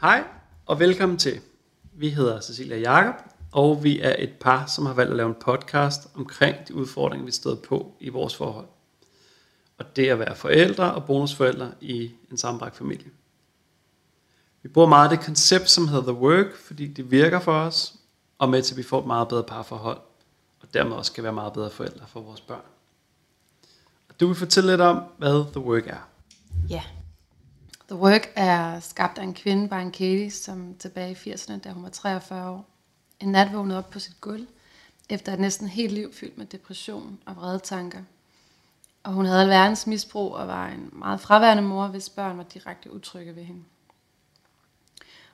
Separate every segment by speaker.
Speaker 1: Hej og velkommen til. Vi hedder Cecilia Jakob, og vi er et par, som har valgt at lave en podcast omkring de udfordringer, vi stod på i vores forhold. Og det at være forældre og bonusforældre i en sammenbragt familie. Vi bruger meget det koncept, som hedder The Work, fordi det virker for os, og med til at vi får et meget bedre parforhold, og dermed også kan være meget bedre forældre for vores børn. Og du vil fortælle lidt om, hvad The Work er.
Speaker 2: Ja. The Work er skabt af en kvinde, Byron Katie, som tilbage i 80'erne, da hun var 43 år, en nat vågnede op på sit gulv, efter et næsten helt liv fyldt med depression og vrede tanker. Og hun havde alverdens misbrug og var en meget fraværende mor, hvis børn var direkte utrygge ved hende.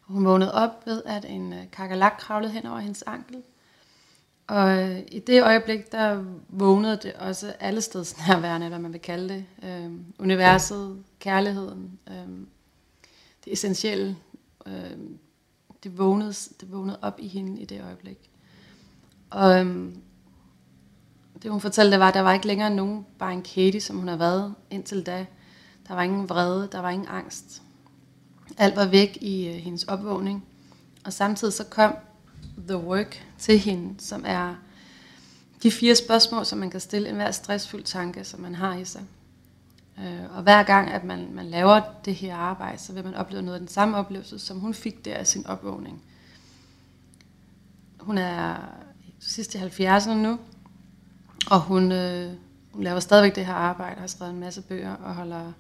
Speaker 2: Og hun vågnede op ved, at en øh, kakerlak kravlede hen over hendes ankel. Og øh, i det øjeblik, der vågnede det også alle steds nærværende, hvad man vil kalde det. Øh, universet, kærligheden, øh, det essentielle. Øh, det, vågnede, det vågnede op i hende i det øjeblik. Og øhm, det hun fortalte, var, at der var ikke længere nogen bare en Katie, som hun har været indtil da. Der var ingen vrede, der var ingen angst. Alt var væk i øh, hendes opvågning. Og samtidig så kom The Work til hende, som er de fire spørgsmål, som man kan stille enhver stressfuld tanke, som man har i sig. Øh, og hver gang, at man, man laver det her arbejde, så vil man opleve noget af den samme oplevelse, som hun fik der af sin opvågning. Hun er sidst i 70'erne nu, og hun, øh, hun laver stadigvæk det her arbejde, har skrevet en masse bøger og holder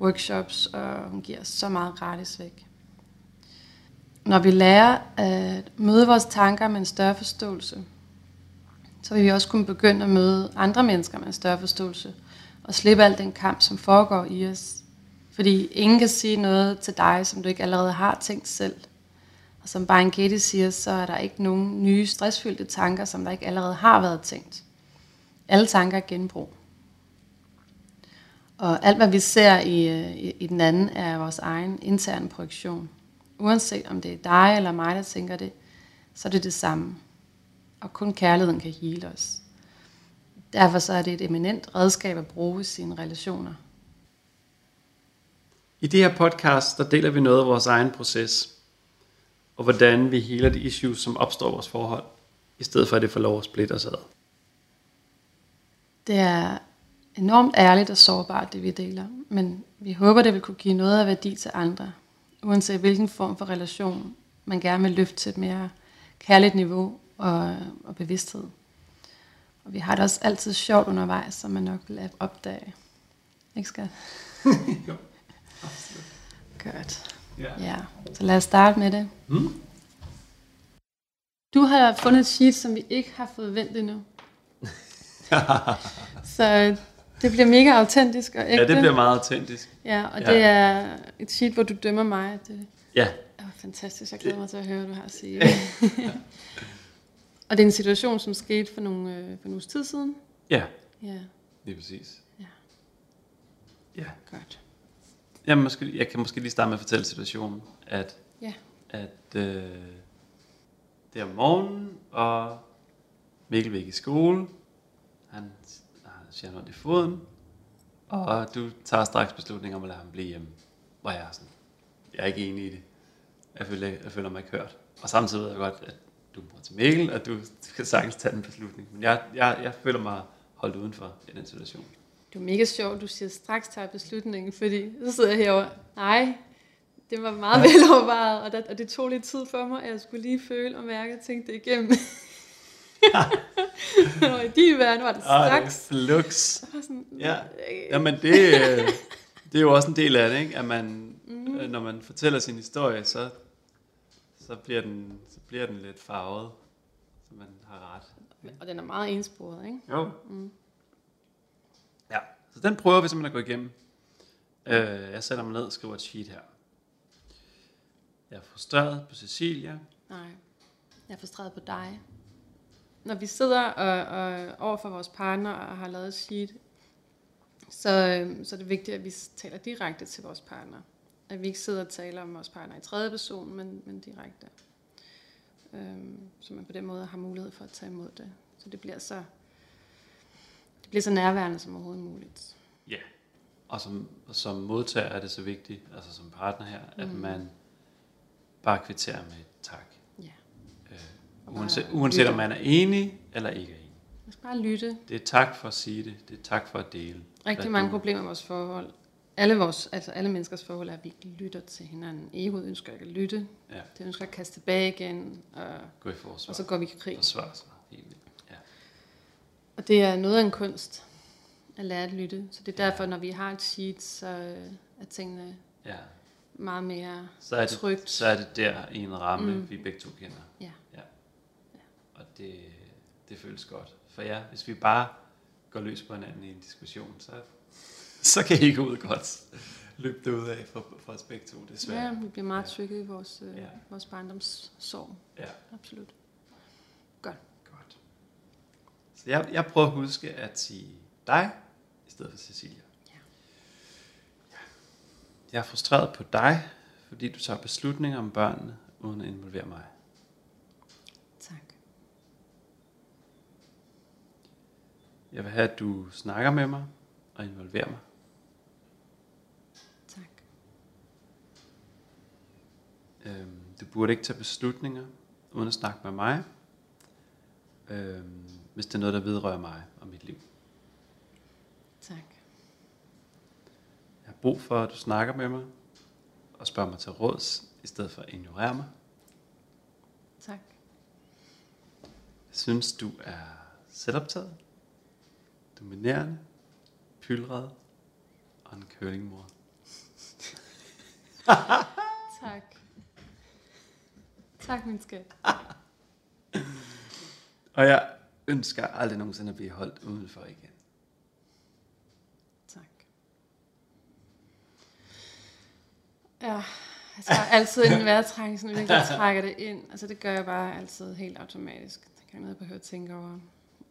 Speaker 2: workshops, og hun giver så meget gratis væk. Når vi lærer at møde vores tanker med en større forståelse, så vil vi også kunne begynde at møde andre mennesker med en større forståelse, og slippe al den kamp, som foregår i os. Fordi ingen kan sige noget til dig, som du ikke allerede har tænkt selv. Og som Byron Katie siger, så er der ikke nogen nye stressfyldte tanker, som der ikke allerede har været tænkt. Alle tanker er genbrug. Og alt, hvad vi ser i, øh, i, i den anden, er vores egen interne projektion. Uanset om det er dig eller mig, der tænker det, så er det det samme. Og kun kærligheden kan hele os. Derfor så er det et eminent redskab at bruge i sine relationer.
Speaker 1: I det her podcast, der deler vi noget af vores egen proces, og hvordan vi healer de issues, som opstår i vores forhold, i stedet for at det får lov at splitte os ad.
Speaker 2: Det er enormt ærligt og sårbart, det vi deler, men vi håber, det vil kunne give noget af værdi til andre, uanset hvilken form for relation man gerne vil løfte til et mere kærligt niveau og, og bevidsthed. Og vi har det også altid sjovt undervejs, som man nok vil opdage. Ikke skat?
Speaker 1: Jo.
Speaker 2: Godt.
Speaker 1: Ja.
Speaker 2: Ja, så lad os starte med det.
Speaker 1: Mm.
Speaker 2: Du har fundet et sheet, som vi ikke har fået vendt endnu. så det bliver mega autentisk og ægte.
Speaker 1: ja, det bliver meget autentisk.
Speaker 2: Ja, og
Speaker 1: Ja.
Speaker 2: ja. det er et sheet, hvor du dømmer mig. Det
Speaker 1: Ja,
Speaker 2: er fantastisk. Jeg glæder mig til at høre, hvad du har at sige. og det er en situation, som skete for, nogle, øh, for en uges tid siden.
Speaker 1: ja,
Speaker 2: Ja,
Speaker 1: det er præcis.
Speaker 2: Ja.
Speaker 1: Ja.
Speaker 2: godt.
Speaker 1: Jeg, måske, jeg kan måske lige starte med at fortælle situationen, at,
Speaker 2: Ja.
Speaker 1: at øh, det er om morgenen, og Mikkel vil ikke i skole. Han har sjældent ondt i foden, og du tager straks beslutning om at lade ham blive hjemme. Hvor jeg er sådan, jeg er ikke enig i det. Jeg føler, jeg føler mig ikke hørt. Og samtidig ved jeg godt, at du er mor til Mikkel, og du skal sagtens tage den beslutning. Men jeg, jeg, jeg føler mig holdt udenfor i den situation.
Speaker 2: Det er mega sjovt, du siger straks tager beslutningen, fordi så sidder jeg herovre. Nej, det var meget velovervejet, og, der, og det tog lidt tid for mig, og jeg skulle lige føle og mærke og tænke det igennem. Når i din verden var det straks.
Speaker 1: Ah, det er flux.
Speaker 2: Jeg var sådan,
Speaker 1: Ja.
Speaker 2: øh,
Speaker 1: Jamen det, øh, det er jo også en del af det, ikke? at man, mm. øh, når man fortæller sin historie, så, så, bliver den, så bliver den lidt farvet, så man har ret.
Speaker 2: Og den er meget ensporet, ikke?
Speaker 1: Jo. Mm. Ja, så den prøver vi simpelthen at gå igennem. Øh, jeg sætter mig ned og skriver et sheet her. Jeg er frustreret på Cecilia.
Speaker 2: Nej, jeg er frustreret på dig. Når vi sidder og, og over for vores partner og har lavet et sheet, så, øhm, så er det vigtigt, at vi s- taler direkte til vores partner. At vi ikke sidder og taler om vores partner i tredje person, men, men direkte. Øhm, så man på den måde har mulighed for at tage imod det. Så det bliver så, det bliver så nærværende som overhovedet muligt.
Speaker 1: Ja. Og som, og som modtager er det så vigtigt, altså som partner her, mm. at man bare kvittere med tak.
Speaker 2: Ja.
Speaker 1: Øh, uanset, uanset om man er enig eller ikke er enig.
Speaker 2: Man skal bare lytte.
Speaker 1: Det er tak for at sige det. Det er tak for at dele.
Speaker 2: Rigtig
Speaker 1: Hvad
Speaker 2: mange
Speaker 1: du-
Speaker 2: problemer i vores forhold. Alle, vores, altså alle menneskers forhold er, at vi ikke lytter til hinanden. Egoet ønsker ikke at lytte.
Speaker 1: Ja,
Speaker 2: Det ønsker at kaste tilbage igen. Og,
Speaker 1: gå i forsvar.
Speaker 2: og så går vi i krig.
Speaker 1: Forsvar sig. Helt vildt. Ja.
Speaker 2: Og det er noget af en kunst at lære at lytte. Så det er derfor, når vi har et sheet, så øh, er tingene
Speaker 1: ja.
Speaker 2: meget mere...
Speaker 1: Så, er det,
Speaker 2: Trygt.
Speaker 1: så er det der i en ramme,
Speaker 2: Mm.
Speaker 1: vi begge to kender.
Speaker 2: Ja.
Speaker 1: ja. Og det, det føles godt. For ja, hvis vi bare går løs på hinanden i en diskussion, så, så kan I ikke ud godt løbe det ud af for, for os begge to, desværre.
Speaker 2: Ja, vi bliver meget
Speaker 1: Ja.
Speaker 2: trykket i vores, øh,
Speaker 1: Ja.
Speaker 2: ja. vores barndomssorg.
Speaker 1: Ja.
Speaker 2: Absolut.
Speaker 1: Godt. Så jeg, jeg prøver at huske at sige dig i stedet for Cecilia.
Speaker 2: Ja.
Speaker 1: Ja. Jeg er frustreret på dig, fordi du tager beslutninger om børnene, uden at involvere mig.
Speaker 2: Tak.
Speaker 1: Jeg vil have, at du snakker med mig og involverer mig.
Speaker 2: Tak.
Speaker 1: Øhm, du burde ikke tage beslutninger uden at snakke med mig, øhm, hvis det er noget, der vedrører mig og mit liv.
Speaker 2: Tak.
Speaker 1: Jeg har brug for, at du snakker med mig og spørger mig til råds, i stedet for at ignorere mig.
Speaker 2: Tak.
Speaker 1: Jeg synes, du er selvoptaget, dominerende, pylret og en kølingmor.
Speaker 2: Tak. Tak, min skat.
Speaker 1: Og jeg ønsker aldrig nogensinde at blive holdt udenfor igen.
Speaker 2: Tak. Ja, altså jeg har altid en vejrtrækning, når jeg virkelig trækker det ind. Altså det gør jeg bare altid helt automatisk. Det kan jeg ikke behøve at tænke over.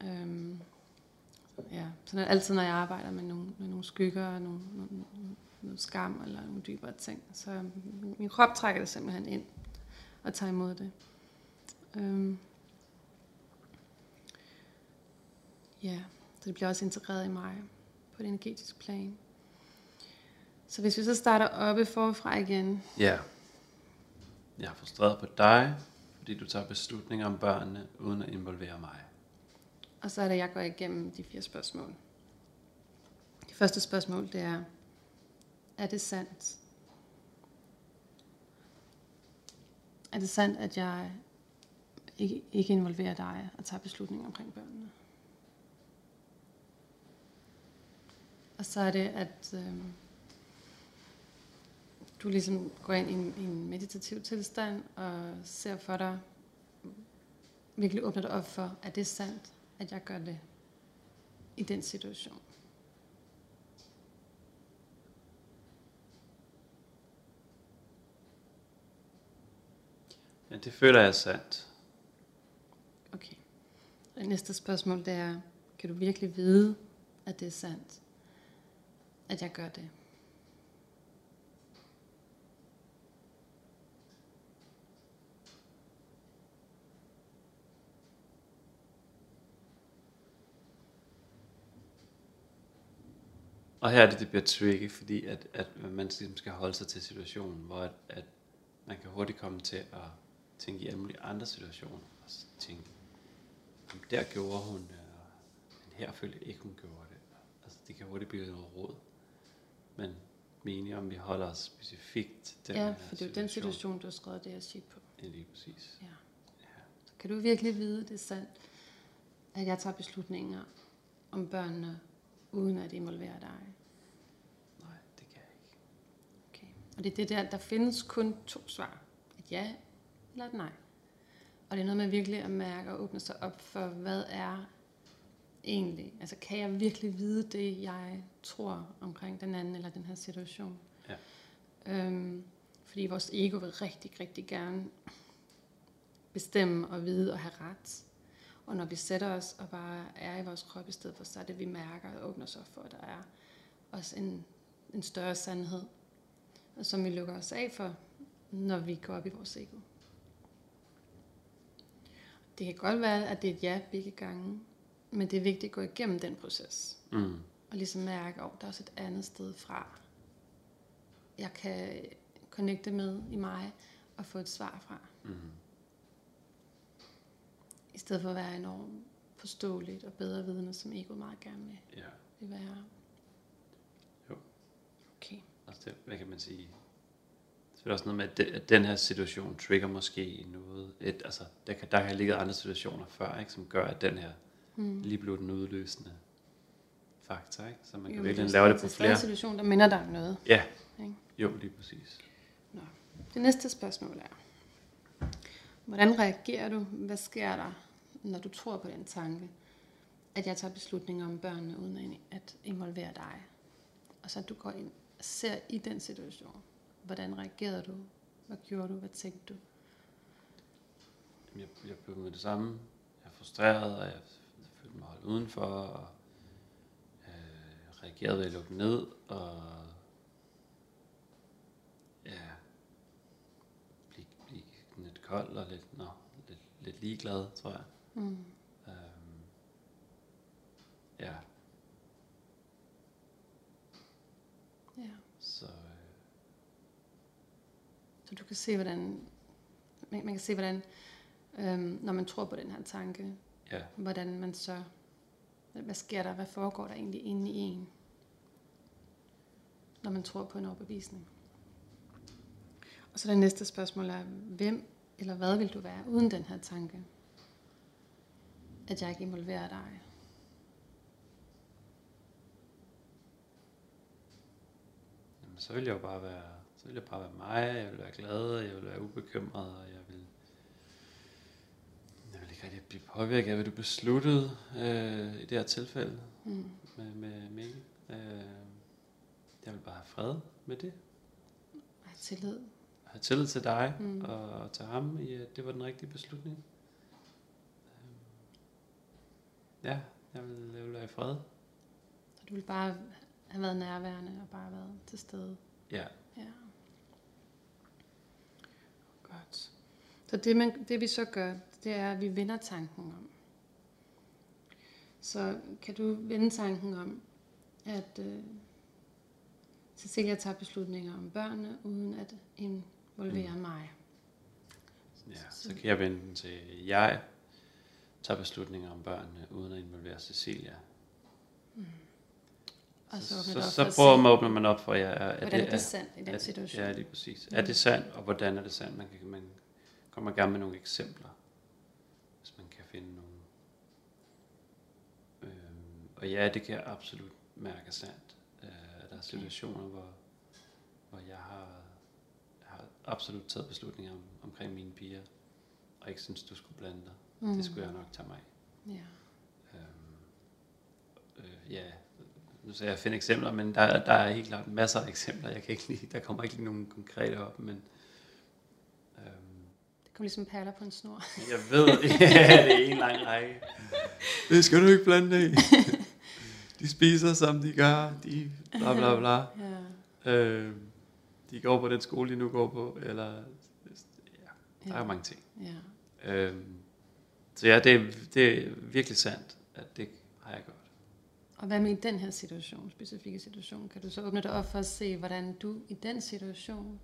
Speaker 2: Øhm, ja, sådan er det altid, når jeg arbejder med nogle, med nogle skygger og nogle, nogle, nogle- nogle skam eller nogle dybere ting. Så øhm, min- min krop trækker det simpelthen ind og tager imod det. Øhm, ja, så det bliver også integreret i mig på et energetisk plan. Så hvis vi så starter oppe forfra igen.
Speaker 1: Ja. Jeg er frustreret på dig, fordi du tager beslutninger om børnene, uden at involvere mig.
Speaker 2: Og så er det, jeg går igennem de fire spørgsmål. Det første spørgsmål, det er, er det sandt? Er det sandt, at jeg ikke, ikke involverer dig og tager beslutninger omkring børnene? Og så er det, at øh, du ligesom går ind i en, i en meditativ tilstand og ser for dig, virkelig åbner dig op for, at det er sandt, at jeg gør det i den situation.
Speaker 1: Men det føler jeg er sandt.
Speaker 2: Okay. Og næste spørgsmål, det er, kan du virkelig vide, at det er sandt, at jeg gør det?
Speaker 1: Og her er det, det bliver tricky, fordi at, at man ligesom skal holde sig til situationen, hvor at, at man kan hurtigt komme til at tænke i alle mulige andre situationer, og så tænke, "Jamen, der gjorde hun, øh, men her følte jeg ikke, hun gjorde det. Altså, det kan hurtigt blive noget råd. Men meningen om, vi holder os specifikt til den
Speaker 2: ja,
Speaker 1: her
Speaker 2: for det er jo den situation, du har skrevet det her shit på.
Speaker 1: Ja, lige præcis.
Speaker 2: Ja.
Speaker 1: Ja.
Speaker 2: Så kan du virkelig vide, at det er sandt, at jeg tager beslutninger om børnene, uden at involvere dig?
Speaker 1: Nej, det kan jeg ikke.
Speaker 2: Okay. Og det er det der, der findes kun to svar. Et ja eller et nej. Og det er noget med virkelig at mærke og åbne sig op for, hvad er egentlig? Altså kan jeg virkelig vide det, jeg tror omkring den anden eller den her situation?
Speaker 1: Ja.
Speaker 2: Øhm, fordi vores ego vil rigtig, rigtig gerne bestemme og vide og have ret. Og når vi sætter os og bare er i vores krop i stedet for, så er det, vi mærker og åbner sig op for, at der er også en, en større sandhed, og som vi lukker os af for, når vi går op i vores ego. Det kan godt være, at det er et ja begge gange, men det er vigtigt at gå igennem den proces.
Speaker 1: Mm.
Speaker 2: Og ligesom mærke, at oh, der er også et andet sted fra, jeg kan connecte med i mig, at få et svar fra.
Speaker 1: mm,
Speaker 2: Mm-hmm. I stedet for at være enormt forståeligt og bedre vidende, som egoet meget gerne vil,
Speaker 1: Ja.
Speaker 2: vil være.
Speaker 1: Jo.
Speaker 2: Okay.
Speaker 1: Altså det, hvad kan man sige? Så er der også noget med, at de- at den her situation trigger måske noget. Et, altså, der kan, der kan have ligget andre situationer før, ikke, som gør, at den her
Speaker 2: Mm.
Speaker 1: lige blev den udløsende faktor. Ikke? Så man
Speaker 2: Jo,
Speaker 1: kan
Speaker 2: men
Speaker 1: virkelig
Speaker 2: er
Speaker 1: lave
Speaker 2: stadig
Speaker 1: det på
Speaker 2: til stadig
Speaker 1: flere.
Speaker 2: en situation, der minder dig om noget.
Speaker 1: Ja,
Speaker 2: Ikke?
Speaker 1: jo, lige præcis.
Speaker 2: Nå. Det næste spørgsmål er, hvordan reagerer du? Hvad sker der, når du tror på den tanke, at jeg tager beslutninger om børnene, uden at- at involvere dig? Og så at du går ind og ser i den situation. Hvordan reagerede du? Hvad gjorde du? Hvad tænkte du?
Speaker 1: Jamen, Jeg, jeg blev med det samme. Jeg er frustreret, og jeg følte mig holdt udenfor, og øh, reagerede ved at lukke ned, og ja, blive, blive sådan lidt kold og lidt, nå, lidt, lidt ligeglad, tror jeg.
Speaker 2: Mm.
Speaker 1: Øhm, ja,
Speaker 2: Ja.
Speaker 1: så øh,
Speaker 2: Så du kan se, hvordan man, man kan se, hvordan øhm, når man tror på den her tanke,
Speaker 1: ja,
Speaker 2: hvordan man så, hvad hvad sker der, hvad foregår der egentlig inde i en, når man tror på en overbevisning. Og så det næste spørgsmål er, hvem eller hvad vil du være uden den her tanke? At jeg ikke involverer dig.
Speaker 1: jamen, så ville jeg jo bare være, så ville jeg bare være mig, jeg ville være glad, og jeg ville være ubekymret, og jeg ville, jeg ville ikke rigtig blive påvirket af, hvad du besluttede øh, i det her tilfælde
Speaker 2: Mm.
Speaker 1: med, med Mikkel. Øh, jeg vil bare have fred med det,
Speaker 2: Og have tillid.
Speaker 1: og have tillid til dig
Speaker 2: Mm.
Speaker 1: mm. og, og til ham, i at det var den rigtige beslutning. Øh, ja, jeg vil, jeg vil være i fred.
Speaker 2: Så du vil bare have været nærværende og bare været til stede.
Speaker 1: Ja,
Speaker 2: Ja.
Speaker 1: Oh,
Speaker 2: Godt. Så det, man, det vi så gør, det er, at vi vender tanken om. Så kan du vende tanken om, at øh, Cecilia tager beslutninger om børnene, uden at involvere mm. mig.
Speaker 1: Ja, så
Speaker 2: Så-
Speaker 1: kan jeg vende den til, jeg tager beslutninger om børnene, uden at involvere Cecilia.
Speaker 2: Mm. Og så åbner
Speaker 1: så,
Speaker 2: du op
Speaker 1: så
Speaker 2: for at
Speaker 1: prøver
Speaker 2: se,
Speaker 1: man åbner man op for, ja, er, er
Speaker 2: Hvordan
Speaker 1: det,
Speaker 2: det, er det
Speaker 1: er,
Speaker 2: sandt i den situation?
Speaker 1: Er, ja, Mm. lige præcis. Er det sandt, og hvordan er det sandt? Man, kan, man kommer gerne med nogle eksempler, hvis man kan finde nogle. Øhm, og ja, det kan jeg absolut mærke er sandt. Øh, at der er situationer, hvor, hvor jeg har, har absolut taget beslutninger om, omkring mine piger, og ikke synes, du skulle blande dig. Mm. Det skulle jeg nok tage mig af.
Speaker 2: ja.
Speaker 1: Øhm, øh, ja, nu sagde jeg finde eksempler, men der, er- der er helt klart masser af eksempler. Jeg kan ikke lige, der kommer ikke lige nogen konkrete op, men øhm,
Speaker 2: Det kom ligesom perler på en snor.
Speaker 1: men jeg ved, ja, det er en lang række. Det skal du ikke blande dig i. De spiser, som de gør. De bla bla bla.
Speaker 2: Ja,
Speaker 1: Øhm, de går på den skole, de nu går på. Eller, ja, der er
Speaker 2: ja,
Speaker 1: mange ting.
Speaker 2: ja.
Speaker 1: Øhm, så ja, det, er- det er virkelig sandt, at det har jeg gjort.
Speaker 2: Og hvad med i den her situation, specifikke situation? Kan du så åbne dig op for at se, hvordan du i den situation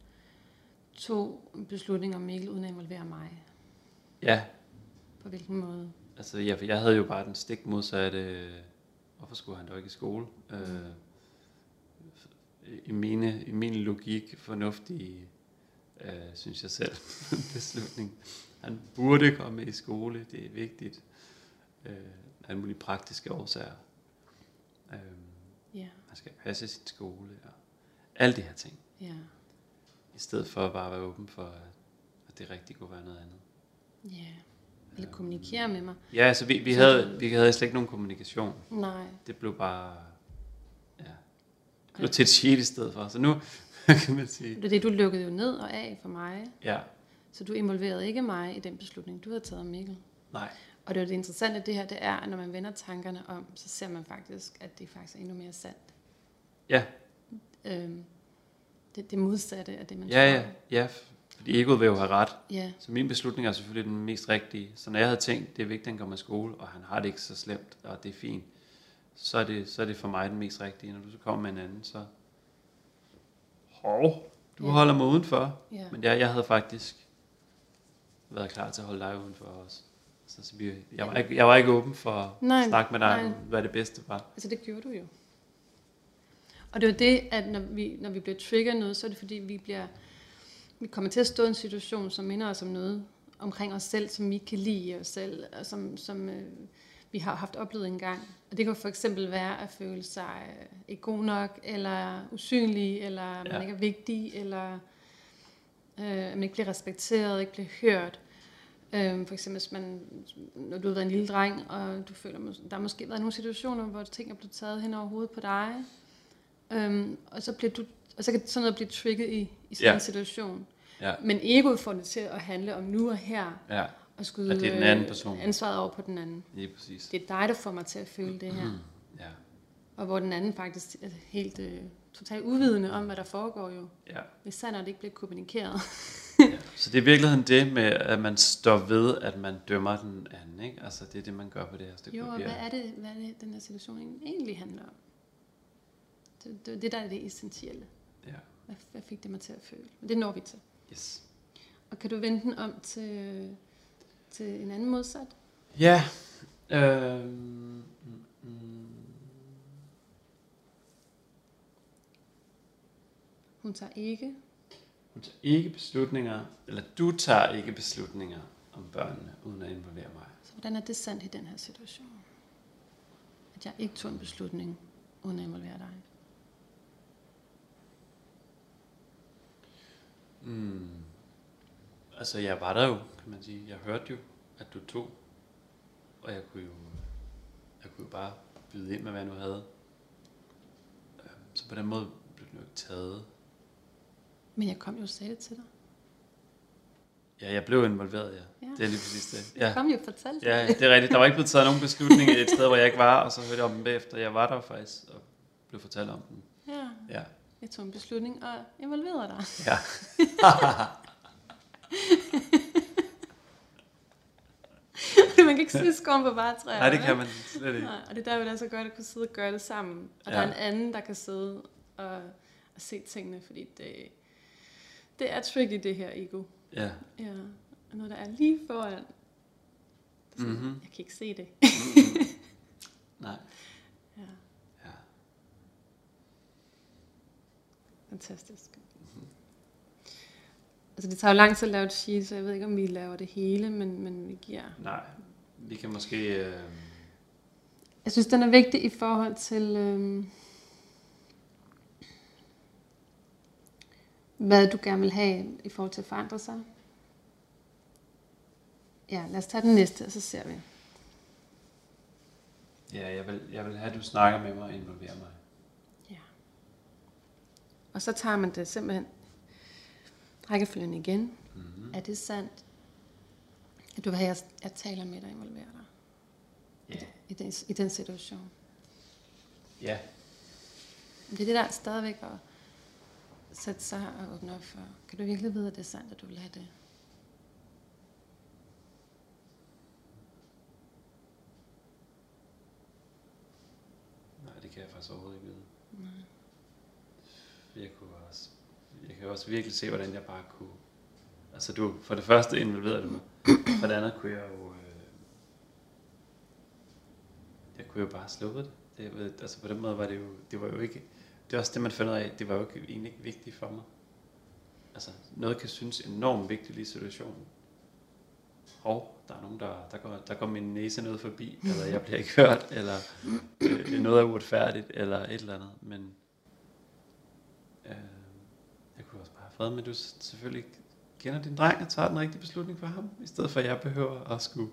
Speaker 2: tog en beslutning om Mikkel uden at involvere mig?
Speaker 1: Ja,
Speaker 2: På hvilken måde?
Speaker 1: Altså, jeg, jeg havde jo bare den stik modsatte, øh, hvorfor skulle han dog ikke i skole? Øh, I, mine, I min logik, fornuftige, øh, synes jeg selv, beslutning. Han burde komme i skole, det er vigtigt. Øh, af alle mulige praktiske årsager. Øh,
Speaker 2: Ja,
Speaker 1: han skal passe sin skole og alle de her ting.
Speaker 2: ja,
Speaker 1: I stedet for bare at være åben for, at- at det rigtig kunne være noget andet.
Speaker 2: ja. Eller kommunikere med mig?
Speaker 1: Ja, altså vi, vi,
Speaker 2: Så-
Speaker 1: havde, vi havde slet ikke nogen kommunikation.
Speaker 2: Nej.
Speaker 1: det blev bare... Ja. Det
Speaker 2: Okay.
Speaker 1: blev til et shit i stedet for. Så nu kan man sige...
Speaker 2: Det er det, du lukkede jo ned og af for mig.
Speaker 1: Ja,
Speaker 2: Så du involverede ikke mig i den beslutning, du havde taget om Mikkel.
Speaker 1: nej.
Speaker 2: Og det, er jo det interessante det her, det er, at når man vender tankerne om, så ser man faktisk, at det faktisk er endnu mere sandt.
Speaker 1: Ja,
Speaker 2: Øhm, det, det modsatte af det, man
Speaker 1: ja, ja, ja. Fordi egoet vil jo have ret.
Speaker 2: ja.
Speaker 1: Så min beslutning er selvfølgelig den mest rigtige. Så når jeg havde tænkt, det er vigtigt, at han kommer i skole, og han har det ikke så slemt, og det er fint, så er det, så er det for mig den mest rigtige. Når du så kommer med en anden, så... Hov, du
Speaker 2: Ja.
Speaker 1: holder mig udenfor.
Speaker 2: Ja.
Speaker 1: Men jeg, jeg havde faktisk været klar til at holde dig udenfor også. Så, så vi, jeg, var ikke, jeg var ikke åben for at
Speaker 2: Nej,
Speaker 1: snakke med dig om,
Speaker 2: nej.
Speaker 1: hvad det bedste var.
Speaker 2: Altså det gjorde du jo. Og det er jo det, at når vi, når vi bliver trigget af noget, så er det fordi, vi bliver vi kommer til at stå i en situation, som minder os om noget omkring os selv, som vi ikke kan lide i os selv, og som, som øh, vi har haft oplevet engang. Og det kan jo for eksempel være at føle sig øh, ikke god nok, eller usynlig, eller man
Speaker 1: Ja.
Speaker 2: ikke er vigtig, eller øh, at man ikke bliver respekteret, ikke bliver hørt. Øhm, for eksempel, hvis man, når du har været en lille dreng, og du føler, mås- der har måske været nogle situationer, hvor ting er blevet taget hen over hovedet på dig, øhm, og, så bliver du, og så kan sådan noget blive trigget i, i sådan
Speaker 1: Ja.
Speaker 2: ja. en situation.
Speaker 1: Ja,
Speaker 2: Men egoet får det til at handle om nu og her,
Speaker 1: ja,
Speaker 2: og skyde
Speaker 1: At det er den anden
Speaker 2: øh,
Speaker 1: person.
Speaker 2: ansvaret over på den anden.
Speaker 1: lige præcis.
Speaker 2: Det er dig, der får mig til at føle det her.
Speaker 1: Ja, Mm-hmm.
Speaker 2: Og hvor den anden faktisk er helt øh, totalt uvidende om, hvad der foregår jo.
Speaker 1: ja.
Speaker 2: Hvis sanderen ikke bliver kommunikeret.
Speaker 1: Ja. Så det er i virkeligheden det med, at man står ved, at man dømmer den anden, ikke? Altså, det er det, man gør på det her stykke
Speaker 2: Jo, og
Speaker 1: papir.
Speaker 2: hvad er det, hvad er det den her situation egentlig handler om? Det, det, det der er det essentielle.
Speaker 1: Ja,
Speaker 2: Hvad, hvad fik det mig til at føle? Men det når vi til.
Speaker 1: yes.
Speaker 2: Og kan du vende den om til, til en anden modsat?
Speaker 1: Ja. Øhm, mm, mm.
Speaker 2: Hun tager ikke.
Speaker 1: Hun tager ikke beslutninger, eller du tager ikke beslutninger om børnene, uden at involvere mig.
Speaker 2: Så hvordan er det sandt i den her situation? At jeg ikke tog en beslutning, uden at involvere dig.
Speaker 1: Mm. Altså, jeg var der jo, kan man sige. Jeg hørte jo, at du tog. Og jeg kunne jo, jeg kunne jo bare byde ind med, hvad jeg nu havde. Øh, Så på den måde blev den jo ikke taget.
Speaker 2: Men jeg kom jo og sagde det til dig.
Speaker 1: Ja, jeg blev involveret, ja.
Speaker 2: Ja.
Speaker 1: Det er lige præcis det.
Speaker 2: Jeg
Speaker 1: Ja.
Speaker 2: kom jo og fortalte dig.
Speaker 1: ja, det er rigtigt. Der var ikke blevet taget nogen beslutning et sted, hvor jeg ikke var, og så hørte jeg om den bagefter. Jeg var der faktisk, og blev fortalt om den.
Speaker 2: ja.
Speaker 1: Ja.
Speaker 2: Jeg tog en beslutning og involverede dig.
Speaker 1: Ja.
Speaker 2: man kan ikke sidde skoven på bare træer.
Speaker 1: Nej, det
Speaker 2: vel?
Speaker 1: kan man slet ikke.
Speaker 2: Nej, og det er der, hvor det er så godt at kunne sidde og gøre det sammen. Og
Speaker 1: Ja.
Speaker 2: der er en anden, der kan sidde og, og se tingene, fordi det, det er tricky, det her ego.
Speaker 1: Ja.
Speaker 2: Ja. Og når der er lige foran, det er sådan,
Speaker 1: Mhm.
Speaker 2: jeg kan ikke se det.
Speaker 1: Nej.
Speaker 2: Ja,
Speaker 1: Ja.
Speaker 2: fantastisk. Mm-hmm. Altså, det tager jo lang tid at lave et sheet, så jeg ved ikke, om vi laver det hele, men, men vi giver...
Speaker 1: Nej. Vi kan måske... Øh...
Speaker 2: Jeg synes, den er vigtig i forhold til, øh, hvad du gerne vil have i forhold til at forandre sig. Ja, lad os tage den næste, og så ser vi.
Speaker 1: Ja, jeg vil, jeg vil have, at du snakker med mig og involverer mig.
Speaker 2: Ja. Og så tager man det simpelthen rækkefølgen igen.
Speaker 1: Mm-hmm.
Speaker 2: Er det sandt, at du vil have, at jeg taler med dig og involverer dig
Speaker 1: Ja.
Speaker 2: i den, i den situation?
Speaker 1: ja.
Speaker 2: Det er det, der er stadigvæk at sætte sig og åbne op for. Kan du virkelig vide, at det er sandt, at du vil have det?
Speaker 1: Nej, det kan jeg faktisk overhovedet ikke vide. Nej. Jeg, kunne også, jeg kan også virkelig se, hvordan jeg bare kunne... Altså, du, for det første involverede du mig. For det andet kunne jeg jo... Øh... Jeg kunne jo bare sluppe det. det jeg ved, altså, på den måde var det jo... Det var jo ikke... Det er også det, man finder ud af. Det var jo ikke, egentlig ikke vigtigt for mig. Altså, noget kan synes enormt vigtigt lige i situationen. Og der er nogen, der, der, går, der går min næse noget forbi, eller jeg bliver ikke hørt, eller øh, noget er uretfærdigt, eller et eller andet. Men øh, jeg kunne også bare have fred, men du s- selvfølgelig kender din dreng og tager den rigtige beslutning for ham, i stedet for at jeg behøver at skulle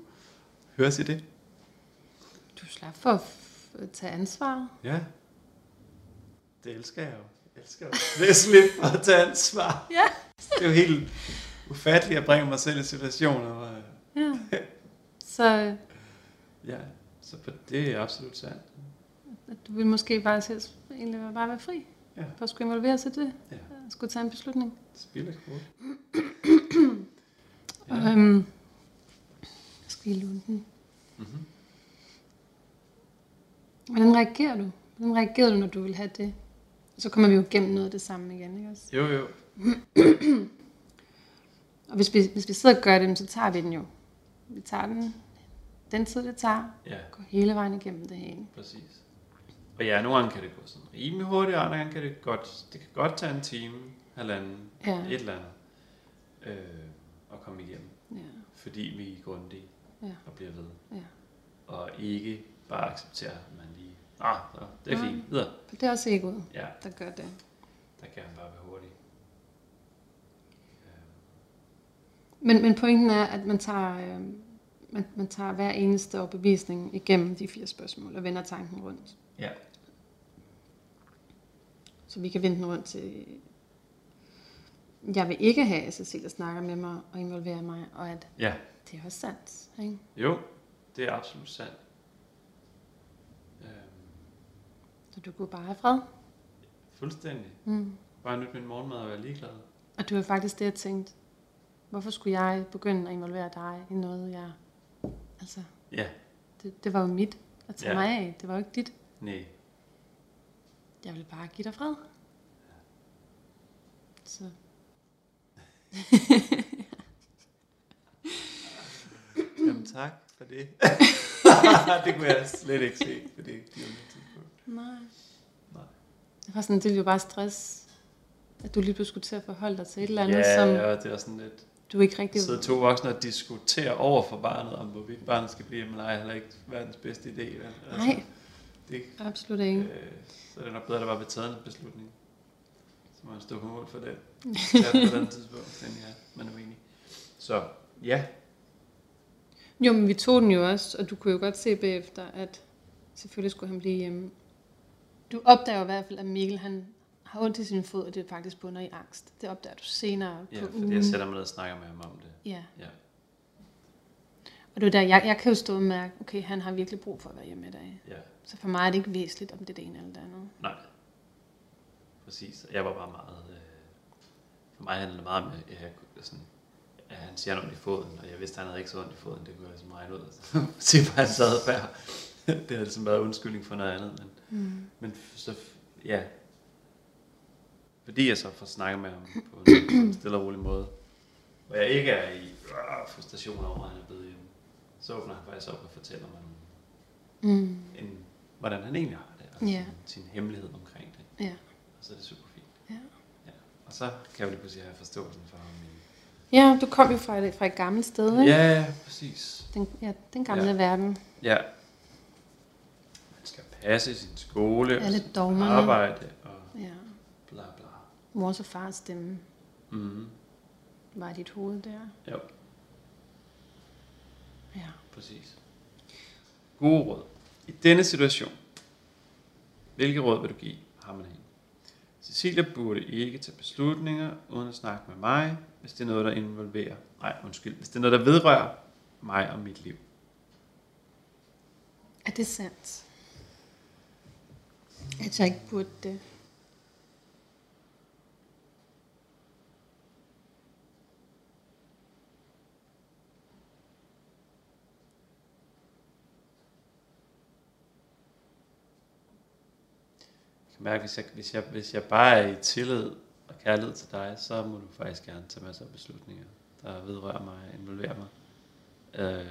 Speaker 1: høres i det.
Speaker 2: Du slap for at f- tage ansvar.
Speaker 1: Ja. Det elsker jeg jo. Jeg elsker jo. Det er slidt for at tage ansvar.
Speaker 2: Ja.
Speaker 1: Det er jo helt ufatteligt at bringe mig selv i situationer, hvor øh,
Speaker 2: ja. Så
Speaker 1: ja, så på det er absolut sandt.
Speaker 2: at du vil måske bare helst egentlig bare være fri.
Speaker 1: Ja.
Speaker 2: For at skulle involvere sig i det.
Speaker 1: Ja.
Speaker 2: og Skulle tage en beslutning.
Speaker 1: Spil er cool.
Speaker 2: Ja. Og, øhm, jeg skal lige lune den.
Speaker 1: Mm-hmm.
Speaker 2: Hvordan reagerer du? Hvordan reagerer du, når du vil have det? Så kommer vi jo igennem noget af det samme igen, ikke også?
Speaker 1: Jo, jo.
Speaker 2: Og Og hvis vi, hvis vi sidder og gør det, så tager vi den jo. Vi tager den, den tid, det tager.
Speaker 1: Ja,
Speaker 2: Går hele vejen igennem det hele.
Speaker 1: præcis. Og ja, nogle gange kan det gå sådan rimelig hurtigt, og andre gange kan det godt, det kan godt tage en time, halvanden,
Speaker 2: Ja.
Speaker 1: et eller andet, øh, at komme igennem.
Speaker 2: ja.
Speaker 1: Fordi vi er grundige
Speaker 2: Ja.
Speaker 1: og bliver ved.
Speaker 2: Ja.
Speaker 1: Og ikke bare acceptere, at man lige, ah, så, det er
Speaker 2: Nej.
Speaker 1: fint, videre.
Speaker 2: For det er også egoet,
Speaker 1: Ja,
Speaker 2: der gør det.
Speaker 1: der kan han bare være hurtig. Øh,
Speaker 2: Men, men pointen er, at man tager, øh, man, man tager hver eneste overbevisning igennem de fire spørgsmål og vender tanken rundt.
Speaker 1: Ja.
Speaker 2: Så vi kan vende den rundt til, jeg vil ikke have, at Cecilia snakker med mig og involverer mig, og at
Speaker 1: Ja.
Speaker 2: det er også sandt. Ikke?
Speaker 1: Jo, det er absolut sandt. Øh,
Speaker 2: Så du kunne bare have fred.
Speaker 1: fuldstændig.
Speaker 2: Mm.
Speaker 1: Bare nyt min morgenmad og være ligeglad.
Speaker 2: Og det var faktisk det, jeg tænkte. Hvorfor skulle jeg begynde at involvere dig i noget, jeg... Altså,
Speaker 1: Ja.
Speaker 2: det, det var jo mit at tage
Speaker 1: Ja.
Speaker 2: ja. mig af. Det var jo ikke dit.
Speaker 1: Nej.
Speaker 2: Jeg vil bare give dig fred. Så.
Speaker 1: Jamen tak for det. det kunne jeg slet ikke se, for det giver mig tidspunkt.
Speaker 2: Nej.
Speaker 1: Nej.
Speaker 2: Det var sådan, det ville jo bare stress, at du lige pludselig skulle til at forholde dig til et eller andet, ja, som
Speaker 1: ja, og det er sådan lidt...
Speaker 2: du ikke rigtig...
Speaker 1: Sidder to voksne og diskuterer over for barnet, om hvorvidt barnet skal blive hjemme eller ej, heller ikke verdens bedste idé. vel? Altså,
Speaker 2: Nej,
Speaker 1: Det, er ikke-
Speaker 2: absolut ikke.
Speaker 1: øh, så er det nok bedre, at der var blevet taget en beslutning. Så må man stå på mål for det. Ja, på et eller andet tidspunkt, den ja, man er uenig. Så ja,
Speaker 2: Jo, men vi tog den jo også, og du kunne jo godt se bagefter, at selvfølgelig skulle han blive hjemme. Du opdager jo i hvert fald, at Mikkel han har ondt i sin fod, og det er faktisk bunder i angst. Det opdager du senere på
Speaker 1: ja
Speaker 2: ugen.
Speaker 1: fordi jeg sætter mig ned og snakker med ham om det.
Speaker 2: Ja.
Speaker 1: Ja.
Speaker 2: Og det er der, jeg, jeg kan jo stå og mærke, okay, han har virkelig brug for at være hjemme i dag.
Speaker 1: Ja,
Speaker 2: Så for mig er det ikke væsentligt, om det er det ene eller det andet.
Speaker 1: nej. Præcis. Jeg var bare meget... Øh, for mig handlede det meget om, at, jeg, kunne- sådan, at han siger noget i foden, og jeg vidste, at han havde ikke så ondt i foden. Det kunne jeg ligesom regne ud. Se, hvor han sad før. det havde ligesom været undskyldning for noget andet. Men,
Speaker 2: Mm.
Speaker 1: men f- så... f- Ja. Fordi jeg så får snakket med ham på en, på en stille og rolig måde. Hvor jeg ikke er i øh, frustration over, at han er blevet hjemme. Så åbner han faktisk op og fortæller mig nogle
Speaker 2: Mm.
Speaker 1: end hvordan han egentlig har det, og
Speaker 2: Ja.
Speaker 1: sin, sin hemmelighed omkring det.
Speaker 2: Ja.
Speaker 1: Og så er det super fint.
Speaker 2: Ja.
Speaker 1: Ja. Og så kan jeg jo lige pludselig have forståelsen for ham. i-
Speaker 2: ja, du kom jo fra et, fra et gammelt sted, ikke?
Speaker 1: Ja, præcis.
Speaker 2: Den, ja, den gamle ja. verden.
Speaker 1: Ja. Man skal passe sin skole, og
Speaker 2: Alle
Speaker 1: sit
Speaker 2: dogmerne.
Speaker 1: arbejde, og
Speaker 2: Ja.
Speaker 1: bla bla.
Speaker 2: Mors og fars stemme
Speaker 1: Mm,
Speaker 2: var i dit hoved der.
Speaker 1: jo,
Speaker 2: Ja.
Speaker 1: præcis. Gode råd. I denne situation, hvilke råd vil du give ham eller hende? Cecilia burde ikke tage beslutninger uden at snakke med mig, hvis det er noget, der involverer... Nej, undskyld. Hvis det er noget, der vedrører mig og mit liv.
Speaker 2: Er det sandt? At jeg ikke burde det?
Speaker 1: Jeg kan mærke, hvis jeg, hvis, jeg, hvis jeg bare er i tillid og kærlighed til dig, så må du faktisk gerne tage masser af beslutninger, der vedrører mig og involverer mig. Øh,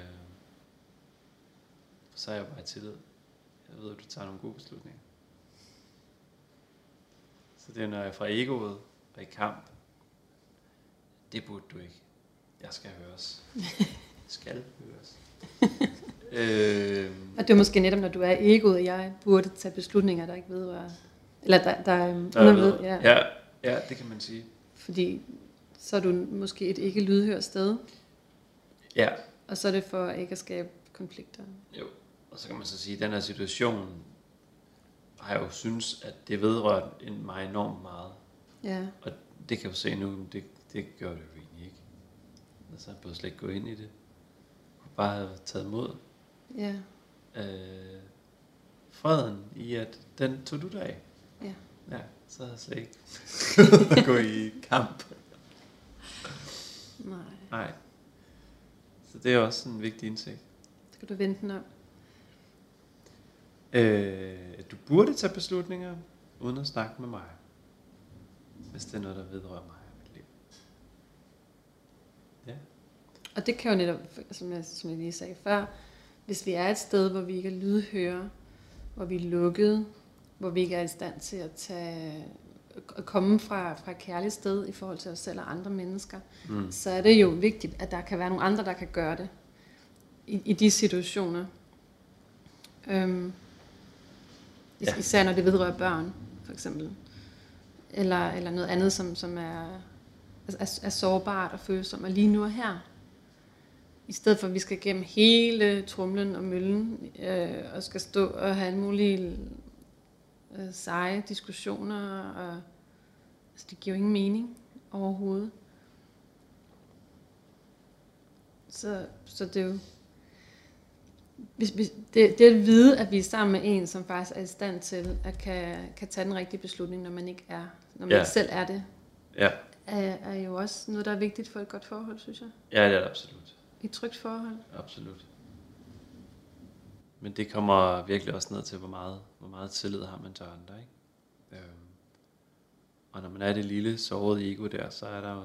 Speaker 1: for så er jeg bare i tillid. Jeg ved, at du tager nogle gode beslutninger. Så det er, når jeg er fra egoet og i kamp. Det burde du ikke. Jeg skal høres. skal høres. øh,
Speaker 2: Og det er måske netop, når du er egoet, og jeg burde tage beslutninger, der ikke vedrører. Eller der, der, øhm, underved, ja. ja.
Speaker 1: ja, ja, det kan man sige.
Speaker 2: Fordi så er du måske et ikke lydhør sted,
Speaker 1: Ja,
Speaker 2: og så er det for ikke at skabe konflikter.
Speaker 1: Jo, og så kan man så sige, at den her situation har jeg jo synes, at det vedrører en- mig enormt meget.
Speaker 2: Ja,
Speaker 1: Og det kan jeg jo se nu, men det, det gør det jo egentlig ikke. Altså, jeg burde slet ikke gå ind i det. Jeg kunne bare have taget imod
Speaker 2: ja,
Speaker 1: øh, freden i, at den tog du dig af.
Speaker 2: ja.
Speaker 1: Ja, så havde jeg slet ikke gået at gå i kamp.
Speaker 2: Nej,
Speaker 1: Nej. Så det er også en vigtig indsigt.
Speaker 2: så kan du vente den om.
Speaker 1: Øh, at du burde tage beslutninger uden at snakke med mig. Hvis det er noget, der vedrører mig og mit liv. Ja.
Speaker 2: Og det kan jo netop, som jeg, som jeg lige sagde før, hvis vi er et sted, hvor vi ikke er lydhøre, hvor vi er lukket, hvor vi ikke er i stand til at tage at komme fra, fra et kærligt sted i forhold til os selv og andre mennesker, mm. så er det jo vigtigt, at der kan være nogle andre, der kan gøre det i, i de situationer. Øhm, is-
Speaker 1: Ja.
Speaker 2: Især når det vedrører børn, for eksempel. Eller, eller noget andet, som, som er, er, er sårbart og følsomt, og lige nu og her. I stedet for, at vi skal gennem hele trumlen og møllen, øh, og skal stå og have alle mulige øh, seje diskussioner, og altså, det giver jo ingen mening overhovedet. Så, så det er jo... Hvis vi, det, det at vide, at vi er sammen med en, som faktisk er i stand til at kan, kan tage den rigtige beslutning, når man ikke er, når man
Speaker 1: Ja.
Speaker 2: ikke selv er det,
Speaker 1: Ja.
Speaker 2: er, er jo også noget, der er vigtigt for et godt forhold, synes jeg.
Speaker 1: ja, det er det absolut.
Speaker 2: Et trygt forhold.
Speaker 1: Absolut. Men det kommer virkelig også ned til, hvor meget, hvor meget tillid har man til andre, ikke? Øhm. Og når man er det lille, sårede ego der, så er der jo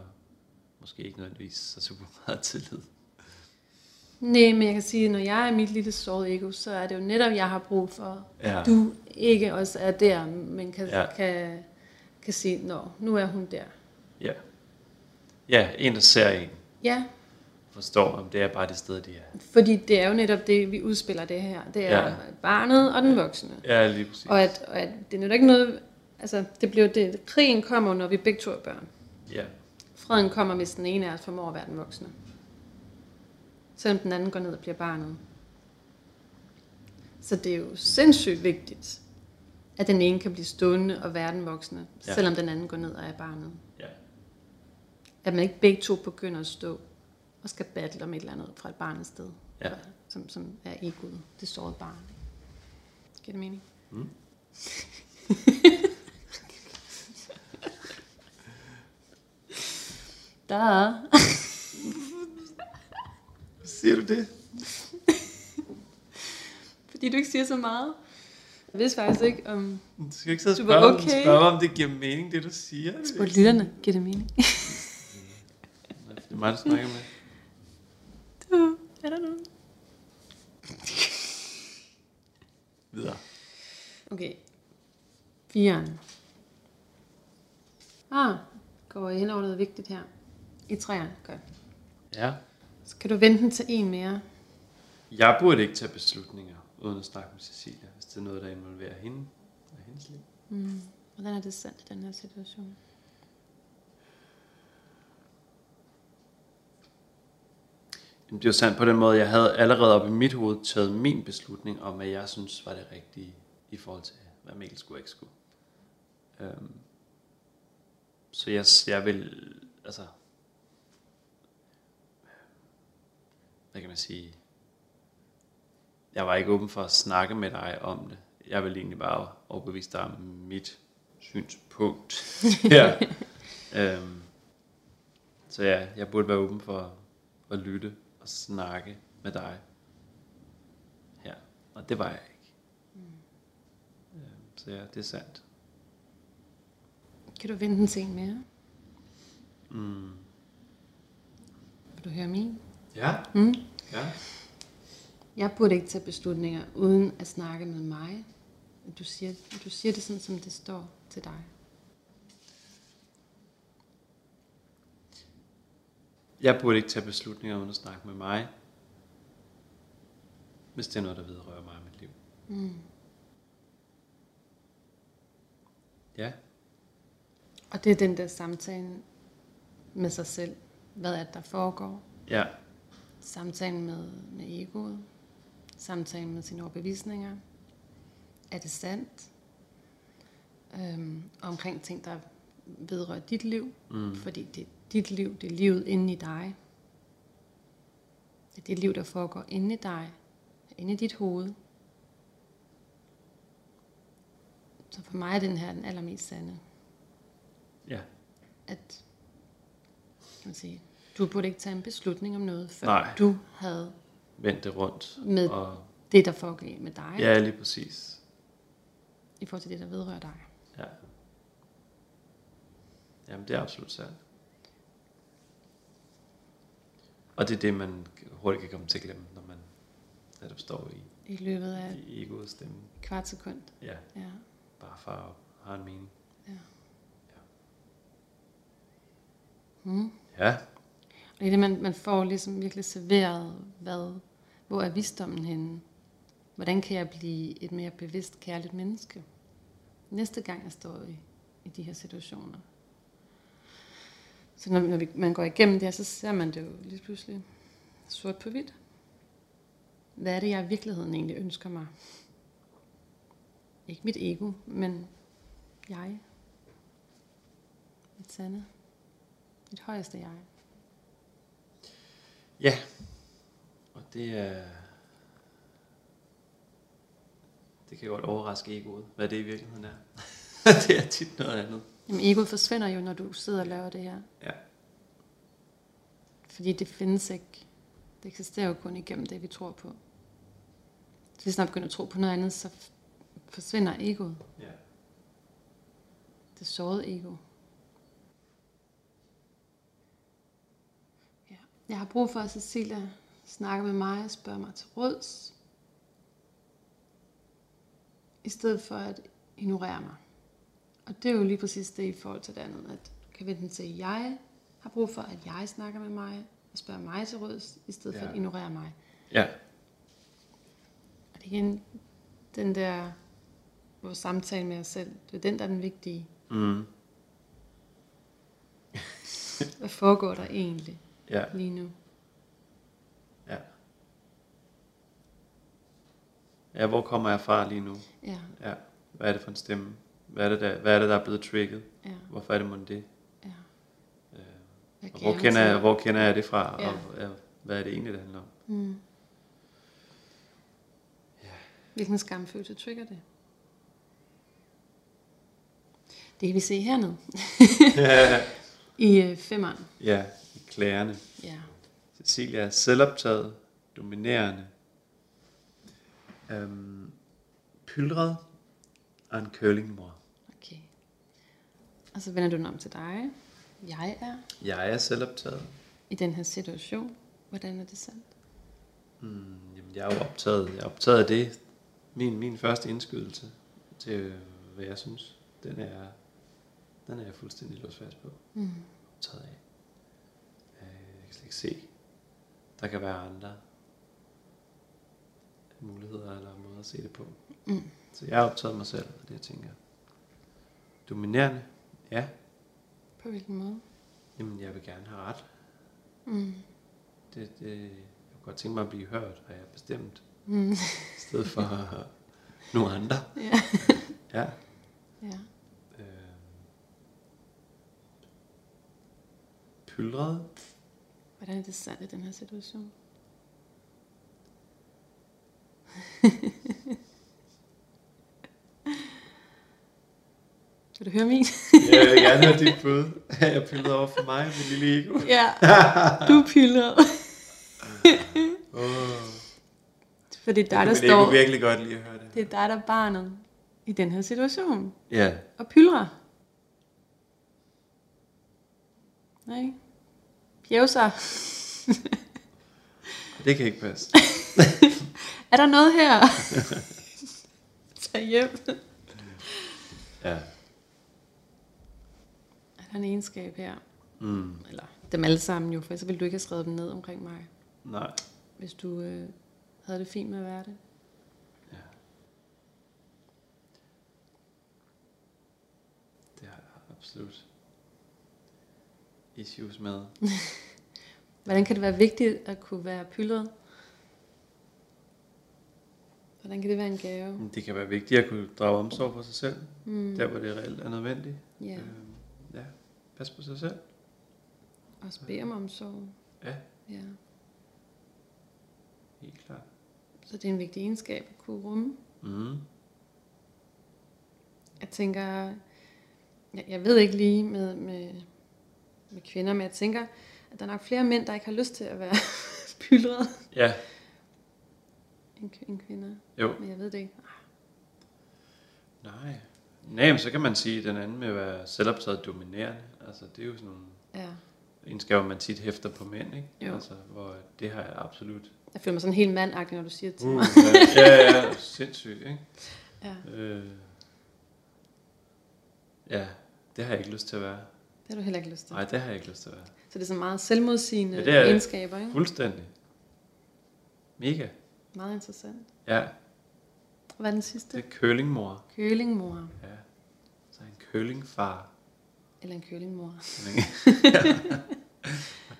Speaker 1: måske ikke nødvendigvis så super meget tillid.
Speaker 2: Nej, men jeg kan sige, at når jeg er mit lille sårede ego, så er det jo netop, jeg har brug for,
Speaker 1: Ja.
Speaker 2: at du ikke også er der, men kan,
Speaker 1: Ja.
Speaker 2: ja. kan, kan sige, nå, nu er hun der.
Speaker 1: Ja. Ja, en der ser en,
Speaker 2: Ja,
Speaker 1: forstår, om det er bare det sted, de er.
Speaker 2: fordi det er jo netop det, vi udspiller det her. Det er
Speaker 1: Ja.
Speaker 2: ja. barnet og den voksne.
Speaker 1: Ja, lige præcis.
Speaker 2: Og at, og at det er netop ikke noget, altså det bliver jo det, krigen kommer, når vi begge to er børn.
Speaker 1: Ja,
Speaker 2: Freden kommer, hvis den ene af os formår at være den voksne. Selvom den anden går ned og bliver barnet. Så det er jo sindssygt vigtigt, at den ene kan blive stående og være den voksne,
Speaker 1: Ja.
Speaker 2: ja. selvom den anden går ned og er barnet.
Speaker 1: ja.
Speaker 2: At man ikke begge to begynder at stå og skal battle om et eller andet fra et barnets sted,
Speaker 1: Ja.
Speaker 2: som, som er egoet, det sårede barn. Giver det mening? Mm. da.
Speaker 1: Siger du det?
Speaker 2: Fordi du ikke siger så meget. Jeg vidste faktisk ikke om...
Speaker 1: Du skal ikke sidde og
Speaker 2: Du var
Speaker 1: spørge, okay.
Speaker 2: okay.
Speaker 1: om, spørge, om det giver mening, det du siger.
Speaker 2: Spurgte lytterne, giver det mening?
Speaker 1: Det er mig, der snakker med.
Speaker 2: er der nogen?
Speaker 1: Videre.
Speaker 2: Okay. Firen. Ah, går jeg hen over noget vigtigt her. I træerne, godt.
Speaker 1: Ja.
Speaker 2: Så kan du vente den til en mere.
Speaker 1: Jeg burde ikke tage beslutninger, uden at snakke med Cecilia, hvis det er noget, der involverer hende og hendes liv.
Speaker 2: Mm. Hvordan er det sandt i den her situation?
Speaker 1: Jamen, det er jo sandt på den måde, jeg havde allerede op i mit hoved taget min beslutning om, hvad jeg synes var det rigtige i forhold til, hvad Mikkel skulle og ikke skulle. Øhm, så jeg, jeg vil, altså, hvad kan man sige, jeg var ikke åben for at snakke med dig om det. Jeg vil egentlig bare overbevise dig om mit synspunkt. ja. øhm, så ja, jeg burde være åben for at lytte og snakke med dig her. Og det var jeg ikke. Mm. Så ja, det er sandt.
Speaker 2: Kan du vente den til en mere?
Speaker 1: Mm.
Speaker 2: Vil du høre min?
Speaker 1: Ja,
Speaker 2: Mm.
Speaker 1: ja.
Speaker 2: Jeg burde ikke tage beslutninger uden at snakke med mig. Du siger, du siger det sådan, som det står til dig.
Speaker 1: Jeg burde ikke tage beslutninger uden at snakke med mig, hvis det er noget, der vedrører mig og mit liv.
Speaker 2: Mm.
Speaker 1: Ja,
Speaker 2: Og det er den der samtale med sig selv. Hvad er det, der foregår?
Speaker 1: ja,
Speaker 2: Samtalen med, med egoet. Samtalen med sine overbevisninger. Er det sandt? Øhm, og omkring ting, der vedrører dit liv.
Speaker 1: Mm.
Speaker 2: Fordi det er dit liv, det er livet inde i dig. Det er det liv, der foregår inde i dig. Inde i dit hoved. Så for mig er den her den allermest sande
Speaker 1: ja.
Speaker 2: at kan man sige, du burde ikke tage en beslutning om noget, før
Speaker 1: Nej.
Speaker 2: Nej. du havde
Speaker 1: Vend det rundt.
Speaker 2: Med-
Speaker 1: og,
Speaker 2: det, der foregik med dig, ja.
Speaker 1: ja, lige præcis.
Speaker 2: i forhold til det, der vedrører dig.
Speaker 1: Ja. Jamen, det er absolut sandt. Og det er det, man hurtigt kan komme til at glemme, når man netop står i,
Speaker 2: i løbet af et
Speaker 1: i egoets stemme.
Speaker 2: kvart sekund.
Speaker 1: Ja,
Speaker 2: Ja.
Speaker 1: bare far op. Har en mening.
Speaker 2: Mm.
Speaker 1: Ja,
Speaker 2: Og det er det, man, man får ligesom virkelig serveret, hvad, hvor er visdommen henne? Hvordan kan jeg blive et mere bevidst, kærligt menneske? Næste gang jeg står i, i de her situationer. Så når, når vi, man går igennem det her, så ser man det jo lige pludselig sort på hvidt. Hvad er det, jeg i virkeligheden egentlig ønsker mig? Ikke mit ego, men jeg. Mit sande. Mit højeste jeg.
Speaker 1: Ja. Og det er... Det kan godt overraske egoet, hvad det i virkeligheden er. det er tit noget andet.
Speaker 2: Jamen, egoet forsvinder jo, når du sidder og laver det her.
Speaker 1: Ja.
Speaker 2: Fordi det findes ikke. Det eksisterer jo kun igennem det, vi tror på. Så hvis man begynder at tro på noget andet, så f- forsvinder egoet.
Speaker 1: ja.
Speaker 2: Det sårede ego. Ja. Jeg har brug for, at Cecilia snakker med mig og spørger mig til råds. I stedet for at ignorere mig. Og det er jo lige præcis det i forhold til det andet, at du kan vente til, at jeg har brug for, at jeg snakker med mig og spørger mig til råds, i stedet ja. for
Speaker 1: Ja.
Speaker 2: at ignorere mig.
Speaker 1: Ja.
Speaker 2: Og det er igen den der, vores samtale med os selv, det er den, der er den vigtige.
Speaker 1: Mm.
Speaker 2: Hvad foregår der egentlig
Speaker 1: Ja.
Speaker 2: lige nu?
Speaker 1: Ja. Ja, hvor kommer jeg fra lige nu?
Speaker 2: Ja,
Speaker 1: Ja. Hvad er det for en stemme? Hvad er det, der, hvad er, det, der er blevet trigget?
Speaker 2: ja,
Speaker 1: Hvorfor er det mon det?
Speaker 2: ja.
Speaker 1: Øh,
Speaker 2: Hvad
Speaker 1: og hvor,
Speaker 2: kan
Speaker 1: kender
Speaker 2: til?
Speaker 1: jeg, hvor kender jeg det fra?
Speaker 2: Ja.
Speaker 1: Og ja, hvad er det egentlig, det handler om?
Speaker 2: Mm. Hvilken skamfølelse trigger det? Det kan vi se hernede. I øh, femmeren.
Speaker 1: Ja, i klærerne.
Speaker 2: Ja.
Speaker 1: Cecilia er selvoptaget, dominerende, øhm, pylret og en curlingmor.
Speaker 2: Okay. Og så vender du den om til dig. Jeg er
Speaker 1: Jeg er selvoptaget.
Speaker 2: i den her situation. Hvordan er det sandt?
Speaker 1: Mm, jamen, jeg er jo optaget. Jeg er optaget af det. Min, min første indskydelse til, øh, hvad jeg synes, den er, den er jeg fuldstændig låst fast på.
Speaker 2: Mm.
Speaker 1: Optaget af. Øh, jeg kan slet ikke se. Der kan være andre muligheder eller måder at se det på.
Speaker 2: Mm.
Speaker 1: Så jeg har optaget mig selv af det, jeg tænker. Dominerende? Ja.
Speaker 2: På hvilken måde?
Speaker 1: Jamen, jeg vil gerne have ret.
Speaker 2: Mm.
Speaker 1: Det, det, jeg kunne godt tænke mig at blive hørt, og jeg er bestemt.
Speaker 2: Mm.
Speaker 1: I stedet for nogle andre.
Speaker 2: ja.
Speaker 1: Ja.
Speaker 2: ja.
Speaker 1: Øh. Pyldret?
Speaker 2: Hvordan er det sandt i den her situation? Vil du høre min?
Speaker 1: Jeg vil gerne have dit bud. Jeg er pyldret over for mig, min lille ego.
Speaker 2: ja. Du er pillet.
Speaker 1: Oh.
Speaker 2: For det er dig, der
Speaker 1: Men jeg
Speaker 2: står.
Speaker 1: kunne virkelig godt lide at høre det.
Speaker 2: Det er dig, der er barnet i den her situation.
Speaker 1: Ja.
Speaker 2: Og pyldre. Nej. Pjevser.
Speaker 1: Det kan ikke passe.
Speaker 2: Er der noget her? Tag hjem.
Speaker 1: Ja.
Speaker 2: Er der en egenskab her?
Speaker 1: Mm.
Speaker 2: Eller dem alle sammen jo, for så ville du ikke have skrevet dem ned omkring mig.
Speaker 1: Nej.
Speaker 2: hvis du øh, havde det fint med at være det.
Speaker 1: Det har jeg absolut issues med.
Speaker 2: Hvordan kan det være vigtigt at kunne være pyldret? Hvordan kan det være en gave?
Speaker 1: Men Det kan være vigtigt at kunne drage omsorg for sig selv,
Speaker 2: Mm.
Speaker 1: der hvor det reelt er nødvendigt.
Speaker 2: Ja,
Speaker 1: Øhm, ja. Pas på sig selv.
Speaker 2: og bede om omsorg.
Speaker 1: Ja.
Speaker 2: ja.
Speaker 1: Helt klart.
Speaker 2: Så det er en vigtig egenskab at kunne rumme.
Speaker 1: Mm.
Speaker 2: Jeg tænker, jeg, jeg ved ikke lige med, med, med kvinder, men jeg tænker, at der er nok flere mænd, der ikke har lyst til at være pyldret
Speaker 1: Ja,
Speaker 2: end, kv- end kvinder.
Speaker 1: jo.
Speaker 2: Men jeg ved det ikke. Ah,
Speaker 1: Nej. Nej, men så kan man sige, at den anden med at være selvoptaget dominerende. Altså, det er jo sådan nogle
Speaker 2: Ja,
Speaker 1: egenskaber, man tit hæfter på mænd, ikke?
Speaker 2: Jo.
Speaker 1: Altså, hvor det har jeg absolut.
Speaker 2: Jeg føler mig sådan helt mandagtig, når du siger det til
Speaker 1: Uh,
Speaker 2: mig.
Speaker 1: ja, ja, ja, sindssygt, ikke?
Speaker 2: Ja,
Speaker 1: Øh, ja, det har jeg ikke lyst til at være.
Speaker 2: det har du heller ikke lyst til.
Speaker 1: Nej, det har jeg ikke lyst til at være.
Speaker 2: Så det er sådan meget selvmodsigende
Speaker 1: Ja,
Speaker 2: ja,
Speaker 1: det er det.
Speaker 2: egenskaber, ikke?
Speaker 1: Fuldstændig. Mega.
Speaker 2: Meget interessant.
Speaker 1: Ja,
Speaker 2: Hvad er den
Speaker 1: det
Speaker 2: sidste?
Speaker 1: er kølingmor.
Speaker 2: Kølingmor.
Speaker 1: Ja. Så er en kølingfar.
Speaker 2: Eller en kølingmor.
Speaker 1: Sådan, ikke? ja.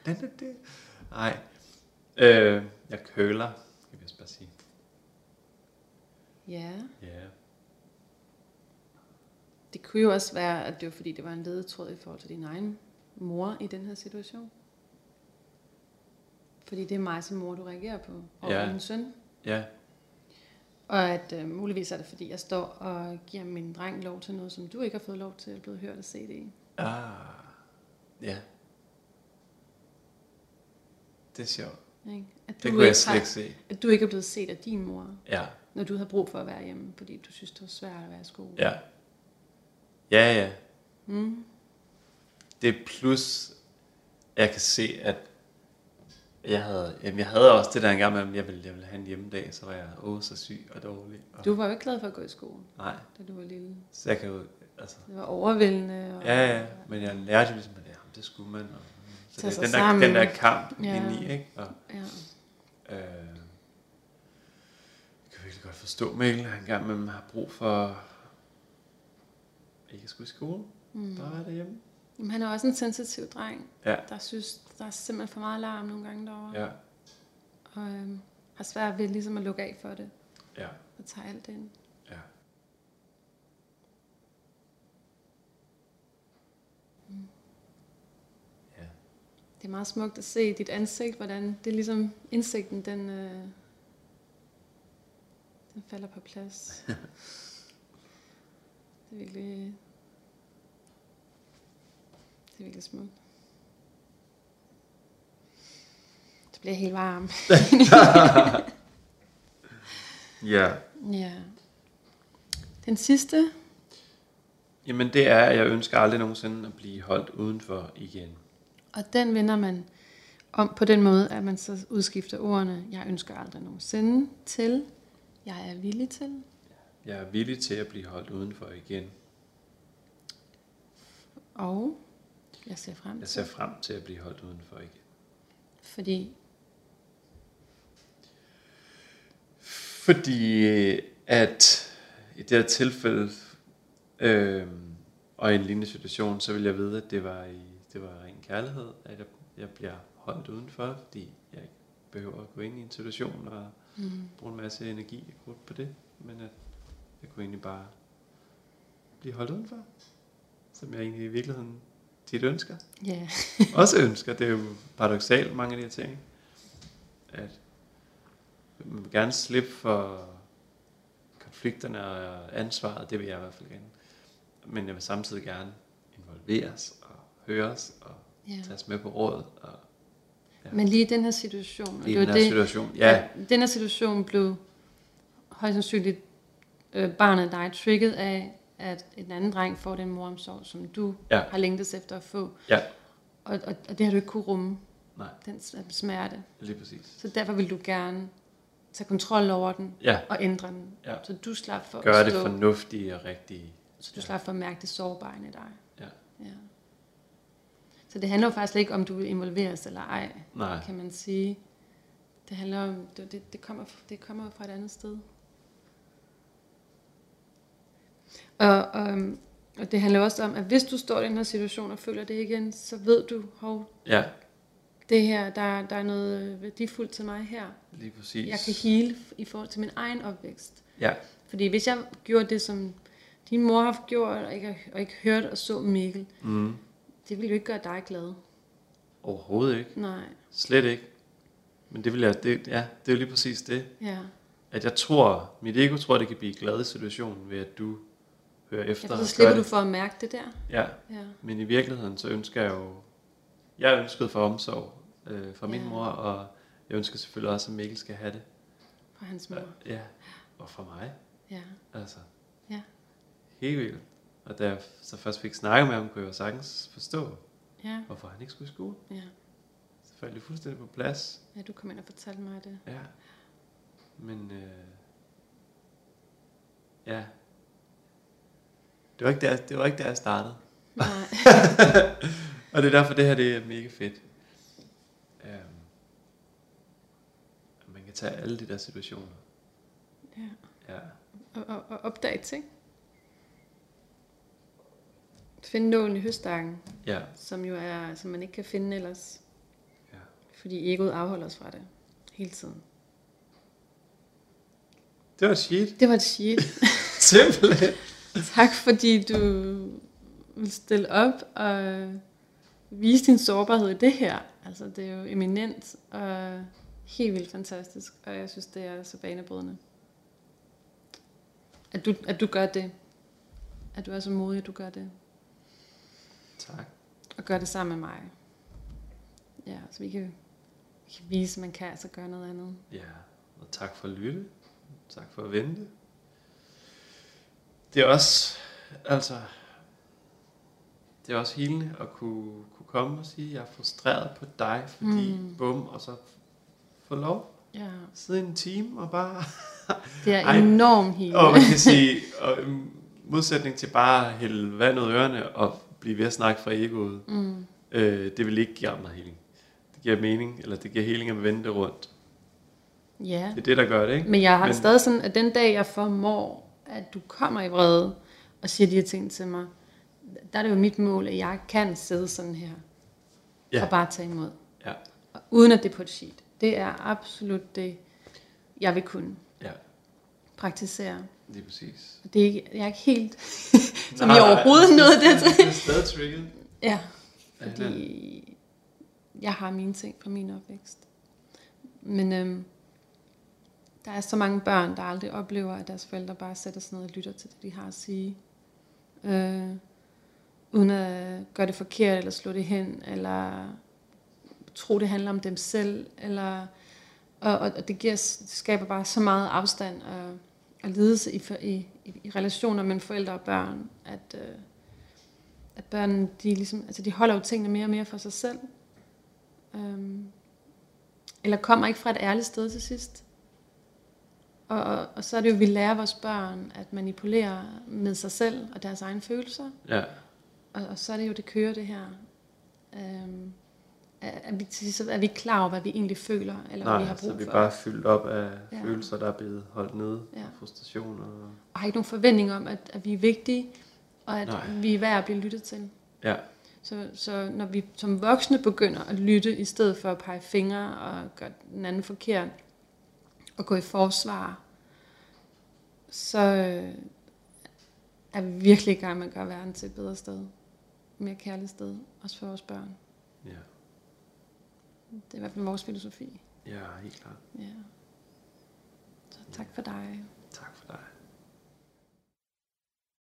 Speaker 1: Hvordan er det? Nej. Øh, jeg køler, kan jeg vist bare sige.
Speaker 2: Ja.
Speaker 1: Ja.
Speaker 2: Det kunne jo også være, at det var fordi, det var en ledetråd i forhold til din egen mor i den her situation. Fordi det er mig som mor, du reagerer på, og
Speaker 1: Ja.
Speaker 2: ja. din søn.
Speaker 1: Ja.
Speaker 2: Og at øh, muligvis er det, fordi jeg står og giver min dreng lov til noget, som du ikke har fået lov til at blive hørt og set i.
Speaker 1: Ah. Ja. Det er sjovt.
Speaker 2: Ikke? At du,
Speaker 1: Det kunne jeg
Speaker 2: ikke
Speaker 1: slet
Speaker 2: har,
Speaker 1: ikke se.
Speaker 2: at du ikke er blevet set af din mor,
Speaker 1: Ja.
Speaker 2: når du havde brug for at være hjemme, fordi du synes, det var svært at være i skole.
Speaker 1: Ja. Ja, ja.
Speaker 2: Mm.
Speaker 1: Det er plus, at jeg kan se, at jeg havde, jamen jeg havde også det der engang med, at jeg ville, jeg ville have en hjemmedag, så var jeg åh, så syg og dårlig. Og,
Speaker 2: Du var jo ikke glad for at gå i skole,
Speaker 1: Nej,
Speaker 2: da du var lille.
Speaker 1: så jeg kan jo, altså,
Speaker 2: Det var overvældende. Og,
Speaker 1: Ja, ja, men jeg lærte jo ligesom, at ja, det skulle man. Og, så
Speaker 2: Tage
Speaker 1: det, er
Speaker 2: sig
Speaker 1: den, der,
Speaker 2: sammen.
Speaker 1: den der kamp ja.
Speaker 2: Ja.
Speaker 1: indeni, ikke? Og,
Speaker 2: ja.
Speaker 1: øh, jeg kan virkelig godt forstå Mikkel, at han engang med har brug for ikke at skulle i skole,
Speaker 2: Mm.
Speaker 1: bare være derhjemme.
Speaker 2: Jamen, han er også en sensitiv dreng,
Speaker 1: Ja.
Speaker 2: der synes, der er simpelthen for meget larm nogle gange derovre.
Speaker 1: Ja,
Speaker 2: Og øhm, har svært ved ligesom at lukke af for det
Speaker 1: ja,
Speaker 2: og tage alt ind.
Speaker 1: ja. Ja,
Speaker 2: Mm. Det er meget smukt at se i dit ansigt, hvordan det er ligesom indsigten, den, øh, den falder på plads. det er virkelig... Det er virkelig smukt. Det bliver jeg helt varm.
Speaker 1: ja.
Speaker 2: ja. Den sidste.
Speaker 1: Jamen det er, at jeg ønsker aldrig nogensinde at blive holdt udenfor igen.
Speaker 2: Og den vender man om på den måde, at man så udskifter ordene, jeg ønsker aldrig nogensinde, til, jeg er villig til.
Speaker 1: Jeg er villig til at blive holdt udenfor igen.
Speaker 2: Og jeg ser frem
Speaker 1: Jeg
Speaker 2: til,
Speaker 1: ser frem til at blive holdt udenfor igen.
Speaker 2: fordi
Speaker 1: Fordi øh, at i det her tilfælde, øh, og i en lignende situation, så vil jeg vide, at det var, i, det var ren kærlighed, at jeg, jeg bliver holdt udenfor, fordi jeg ikke behøver at gå ind i en situation og
Speaker 2: mm,
Speaker 1: bruge en masse energi og krudt på det, men at jeg kunne egentlig bare blive holdt udenfor, som jeg egentlig i virkeligheden tit ønsker.
Speaker 2: ja,
Speaker 1: også ønsker. Det er jo paradoxalt, mange af de her ting. ikke? At man vil gerne slippe for konflikterne og ansvaret, det vil jeg i hvert fald gerne. Men jeg vil samtidig gerne involveres og høres og
Speaker 2: ja.
Speaker 1: tages med på råd. Og Ja.
Speaker 2: Men lige i den her situation, og
Speaker 1: i
Speaker 2: det var
Speaker 1: den her
Speaker 2: det,
Speaker 1: situation. Ja,
Speaker 2: at den her situation blev højst sandsynligt øh, barnet af dig trigget af, at en anden dreng får den moromsorg, som du
Speaker 1: Ja.
Speaker 2: har længtes efter at få.
Speaker 1: Ja.
Speaker 2: Og, og, og det har du ikke kunne rumme,
Speaker 1: nej,
Speaker 2: den smerte.
Speaker 1: lige præcis.
Speaker 2: Så derfor vil du gerne tage kontrol over den
Speaker 1: Ja,
Speaker 2: og ændre den.
Speaker 1: Ja.
Speaker 2: Så du slap for
Speaker 1: gør
Speaker 2: at
Speaker 1: det
Speaker 2: stå,
Speaker 1: fornuftige og rigtige.
Speaker 2: så du slap for at mærke det sårbare inde i dig.
Speaker 1: Ja.
Speaker 2: ja. Så det handler jo faktisk slet ikke om, du vil involveres eller ej,
Speaker 1: Nej,
Speaker 2: kan man sige. Det handler om, det, det, det kommer, det kommer jo fra et andet sted. Og, og, og det handler også om, at hvis du står i den her situation og føler det igen, så ved du, hov,
Speaker 1: ja,
Speaker 2: det her, der, der er noget værdifuldt til mig her.
Speaker 1: lige præcis.
Speaker 2: Jeg kan hele i forhold til min egen opvækst.
Speaker 1: Ja,
Speaker 2: Fordi hvis jeg gjorde det, som din mor har gjort, og ikke, og ikke hørte og så Mikkel,
Speaker 1: mm.
Speaker 2: det ville jo ikke gøre dig glad.
Speaker 1: overhovedet ikke.
Speaker 2: Nej,
Speaker 1: Slet ikke. Men det vil jeg, det, ja, det er jo lige præcis det.
Speaker 2: ja.
Speaker 1: at jeg tror, mit ego tror, det kan blive glad i situationen ved, at du hører efter
Speaker 2: ja
Speaker 1: og
Speaker 2: så
Speaker 1: gør
Speaker 2: slipper du
Speaker 1: det.
Speaker 2: for at mærke det der.
Speaker 1: Ja,
Speaker 2: Ja.
Speaker 1: men i virkeligheden, så ønsker jeg jo, jeg ønskede for omsorg øh, fra min
Speaker 2: Ja. Mm.
Speaker 1: mor, og jeg ønsker selvfølgelig også, at Mikkel skal have det.
Speaker 2: Fra hans
Speaker 1: Ja,
Speaker 2: mor.
Speaker 1: ja. og fra mig,
Speaker 2: Ja.
Speaker 1: altså.
Speaker 2: Ja.
Speaker 1: Helt vildt. Og da jeg så først fik snakket med ham, kunne jeg jo sagtens forstå,
Speaker 2: Ja,
Speaker 1: Hvorfor han ikke skulle i skole?
Speaker 2: ja.
Speaker 1: Så faldt det fuldstændig på plads.
Speaker 2: ja, du kom ind og fortalte mig det.
Speaker 1: Ja. Men øh, ja. Det var, ikke der, det var ikke der, jeg startede.
Speaker 2: Nej.
Speaker 1: Og det er derfor, det her det er mega fedt. Um, man kan tage alle de der situationer.
Speaker 2: Ja.
Speaker 1: Ja.
Speaker 2: Og, og, og opdage ting. Find nålen i høstakken,
Speaker 1: Ja.
Speaker 2: som jo er, som man ikke kan finde ellers.
Speaker 1: Ja.
Speaker 2: Fordi egoet afholder os fra det. Hele tiden.
Speaker 1: Det var shit.
Speaker 2: Det var et shit.
Speaker 1: Simpelthen.
Speaker 2: Tak fordi du vil stille op og vise din sårbarhed i det her. Altså, det er jo eminent og helt vildt fantastisk, og jeg synes, det er så banebrydende. At du, at du gør det. At du er så modig, at du gør det.
Speaker 1: Tak.
Speaker 2: Og gør det sammen med mig. Ja, så vi kan, vi kan vise, at man kan altså gøre noget andet.
Speaker 1: Ja. Og tak for at lytte. Tak for at vente. Det er også, altså, det er også helende at kunne, kunne komme og sige, at jeg er frustreret på dig, fordi
Speaker 2: Mm.
Speaker 1: mm. bum, og så få lov
Speaker 2: Ja,
Speaker 1: at sidde en time og bare
Speaker 2: det er
Speaker 1: Ej.
Speaker 2: enormt helt.
Speaker 1: Og man kan sige, og i modsætning til bare at hælde vand ud af ørerne og blive ved at snakke fra egoet,
Speaker 2: Mm,
Speaker 1: øh, det vil ikke give andre heling. Det giver mening, eller det giver heling at vende det rundt.
Speaker 2: ja.
Speaker 1: Det er det, der gør det, ikke?
Speaker 2: Men jeg har
Speaker 1: Men-
Speaker 2: Men... stadig sådan, at den dag, jeg formår, at du kommer i vrede og siger de her ting til mig, der er det jo mit mål, at jeg kan sidde sådan her
Speaker 1: Ja.
Speaker 2: ja. og bare tage imod.
Speaker 1: Ja,
Speaker 2: Og uden at det er på et sheet. Det er absolut det, jeg vil kunne
Speaker 1: ja,
Speaker 2: praktisere.
Speaker 1: lige præcis.
Speaker 2: Og det er ikke, jeg er ikke helt, som
Speaker 1: Nej,
Speaker 2: jeg
Speaker 1: nej.
Speaker 2: overhovedet nåede det til.
Speaker 1: Det er stadig trigget.
Speaker 2: Ja,
Speaker 1: Ja,
Speaker 2: fordi jeg har mine ting fra min opvækst. Men øhm, der er så mange børn, der aldrig oplever, at deres forældre bare sætter sig ned og lytter til det, de har at sige. Øh, uden at gøre det forkert, eller slå det hen, eller tro, det handler om dem selv. Eller, og, og, og det, giver, det skaber bare så meget afstand og, og lidelse i, for- i, i, i relationer mellem forældre og børn, at... Øh, at børnene, de, ligesom, altså de holder jo tingene mere og mere for sig selv. Øhm, eller kommer ikke fra et ærligt sted til sidst. Og, og, og så er det jo, at vi lærer vores børn at manipulere med sig selv og deres egne følelser.
Speaker 1: Ja,
Speaker 2: Og, og så er det jo, det kører det her. Øhm, er, er, vi, til sidst- så er vi ikke klar over, hvad vi egentlig føler, eller hvad
Speaker 1: nej,
Speaker 2: vi har
Speaker 1: så
Speaker 2: brug
Speaker 1: er vi
Speaker 2: for.
Speaker 1: bare fyldt op af
Speaker 2: Ja.
Speaker 1: ja. følelser, der er blevet holdt nede.
Speaker 2: Ja.
Speaker 1: Frustrationer.
Speaker 2: Og har ikke nogen forventning om, at, at vi er vigtige, og at
Speaker 1: Nej.
Speaker 2: Nej. vi er værd at blive lyttet til.
Speaker 1: Ja,
Speaker 2: Så, så når vi som voksne begynder at lytte, i stedet for at pege fingre og gøre den anden forkert, og gå i forsvar, så øh, er vi virkelig i gang med at gøre verden til et bedre sted. Et mere kærligt sted, også for vores børn.
Speaker 1: ja,
Speaker 2: Det er i hvert fald vores filosofi.
Speaker 1: ja, helt klart.
Speaker 2: Ja. Så tak for dig.
Speaker 1: Tak for dig.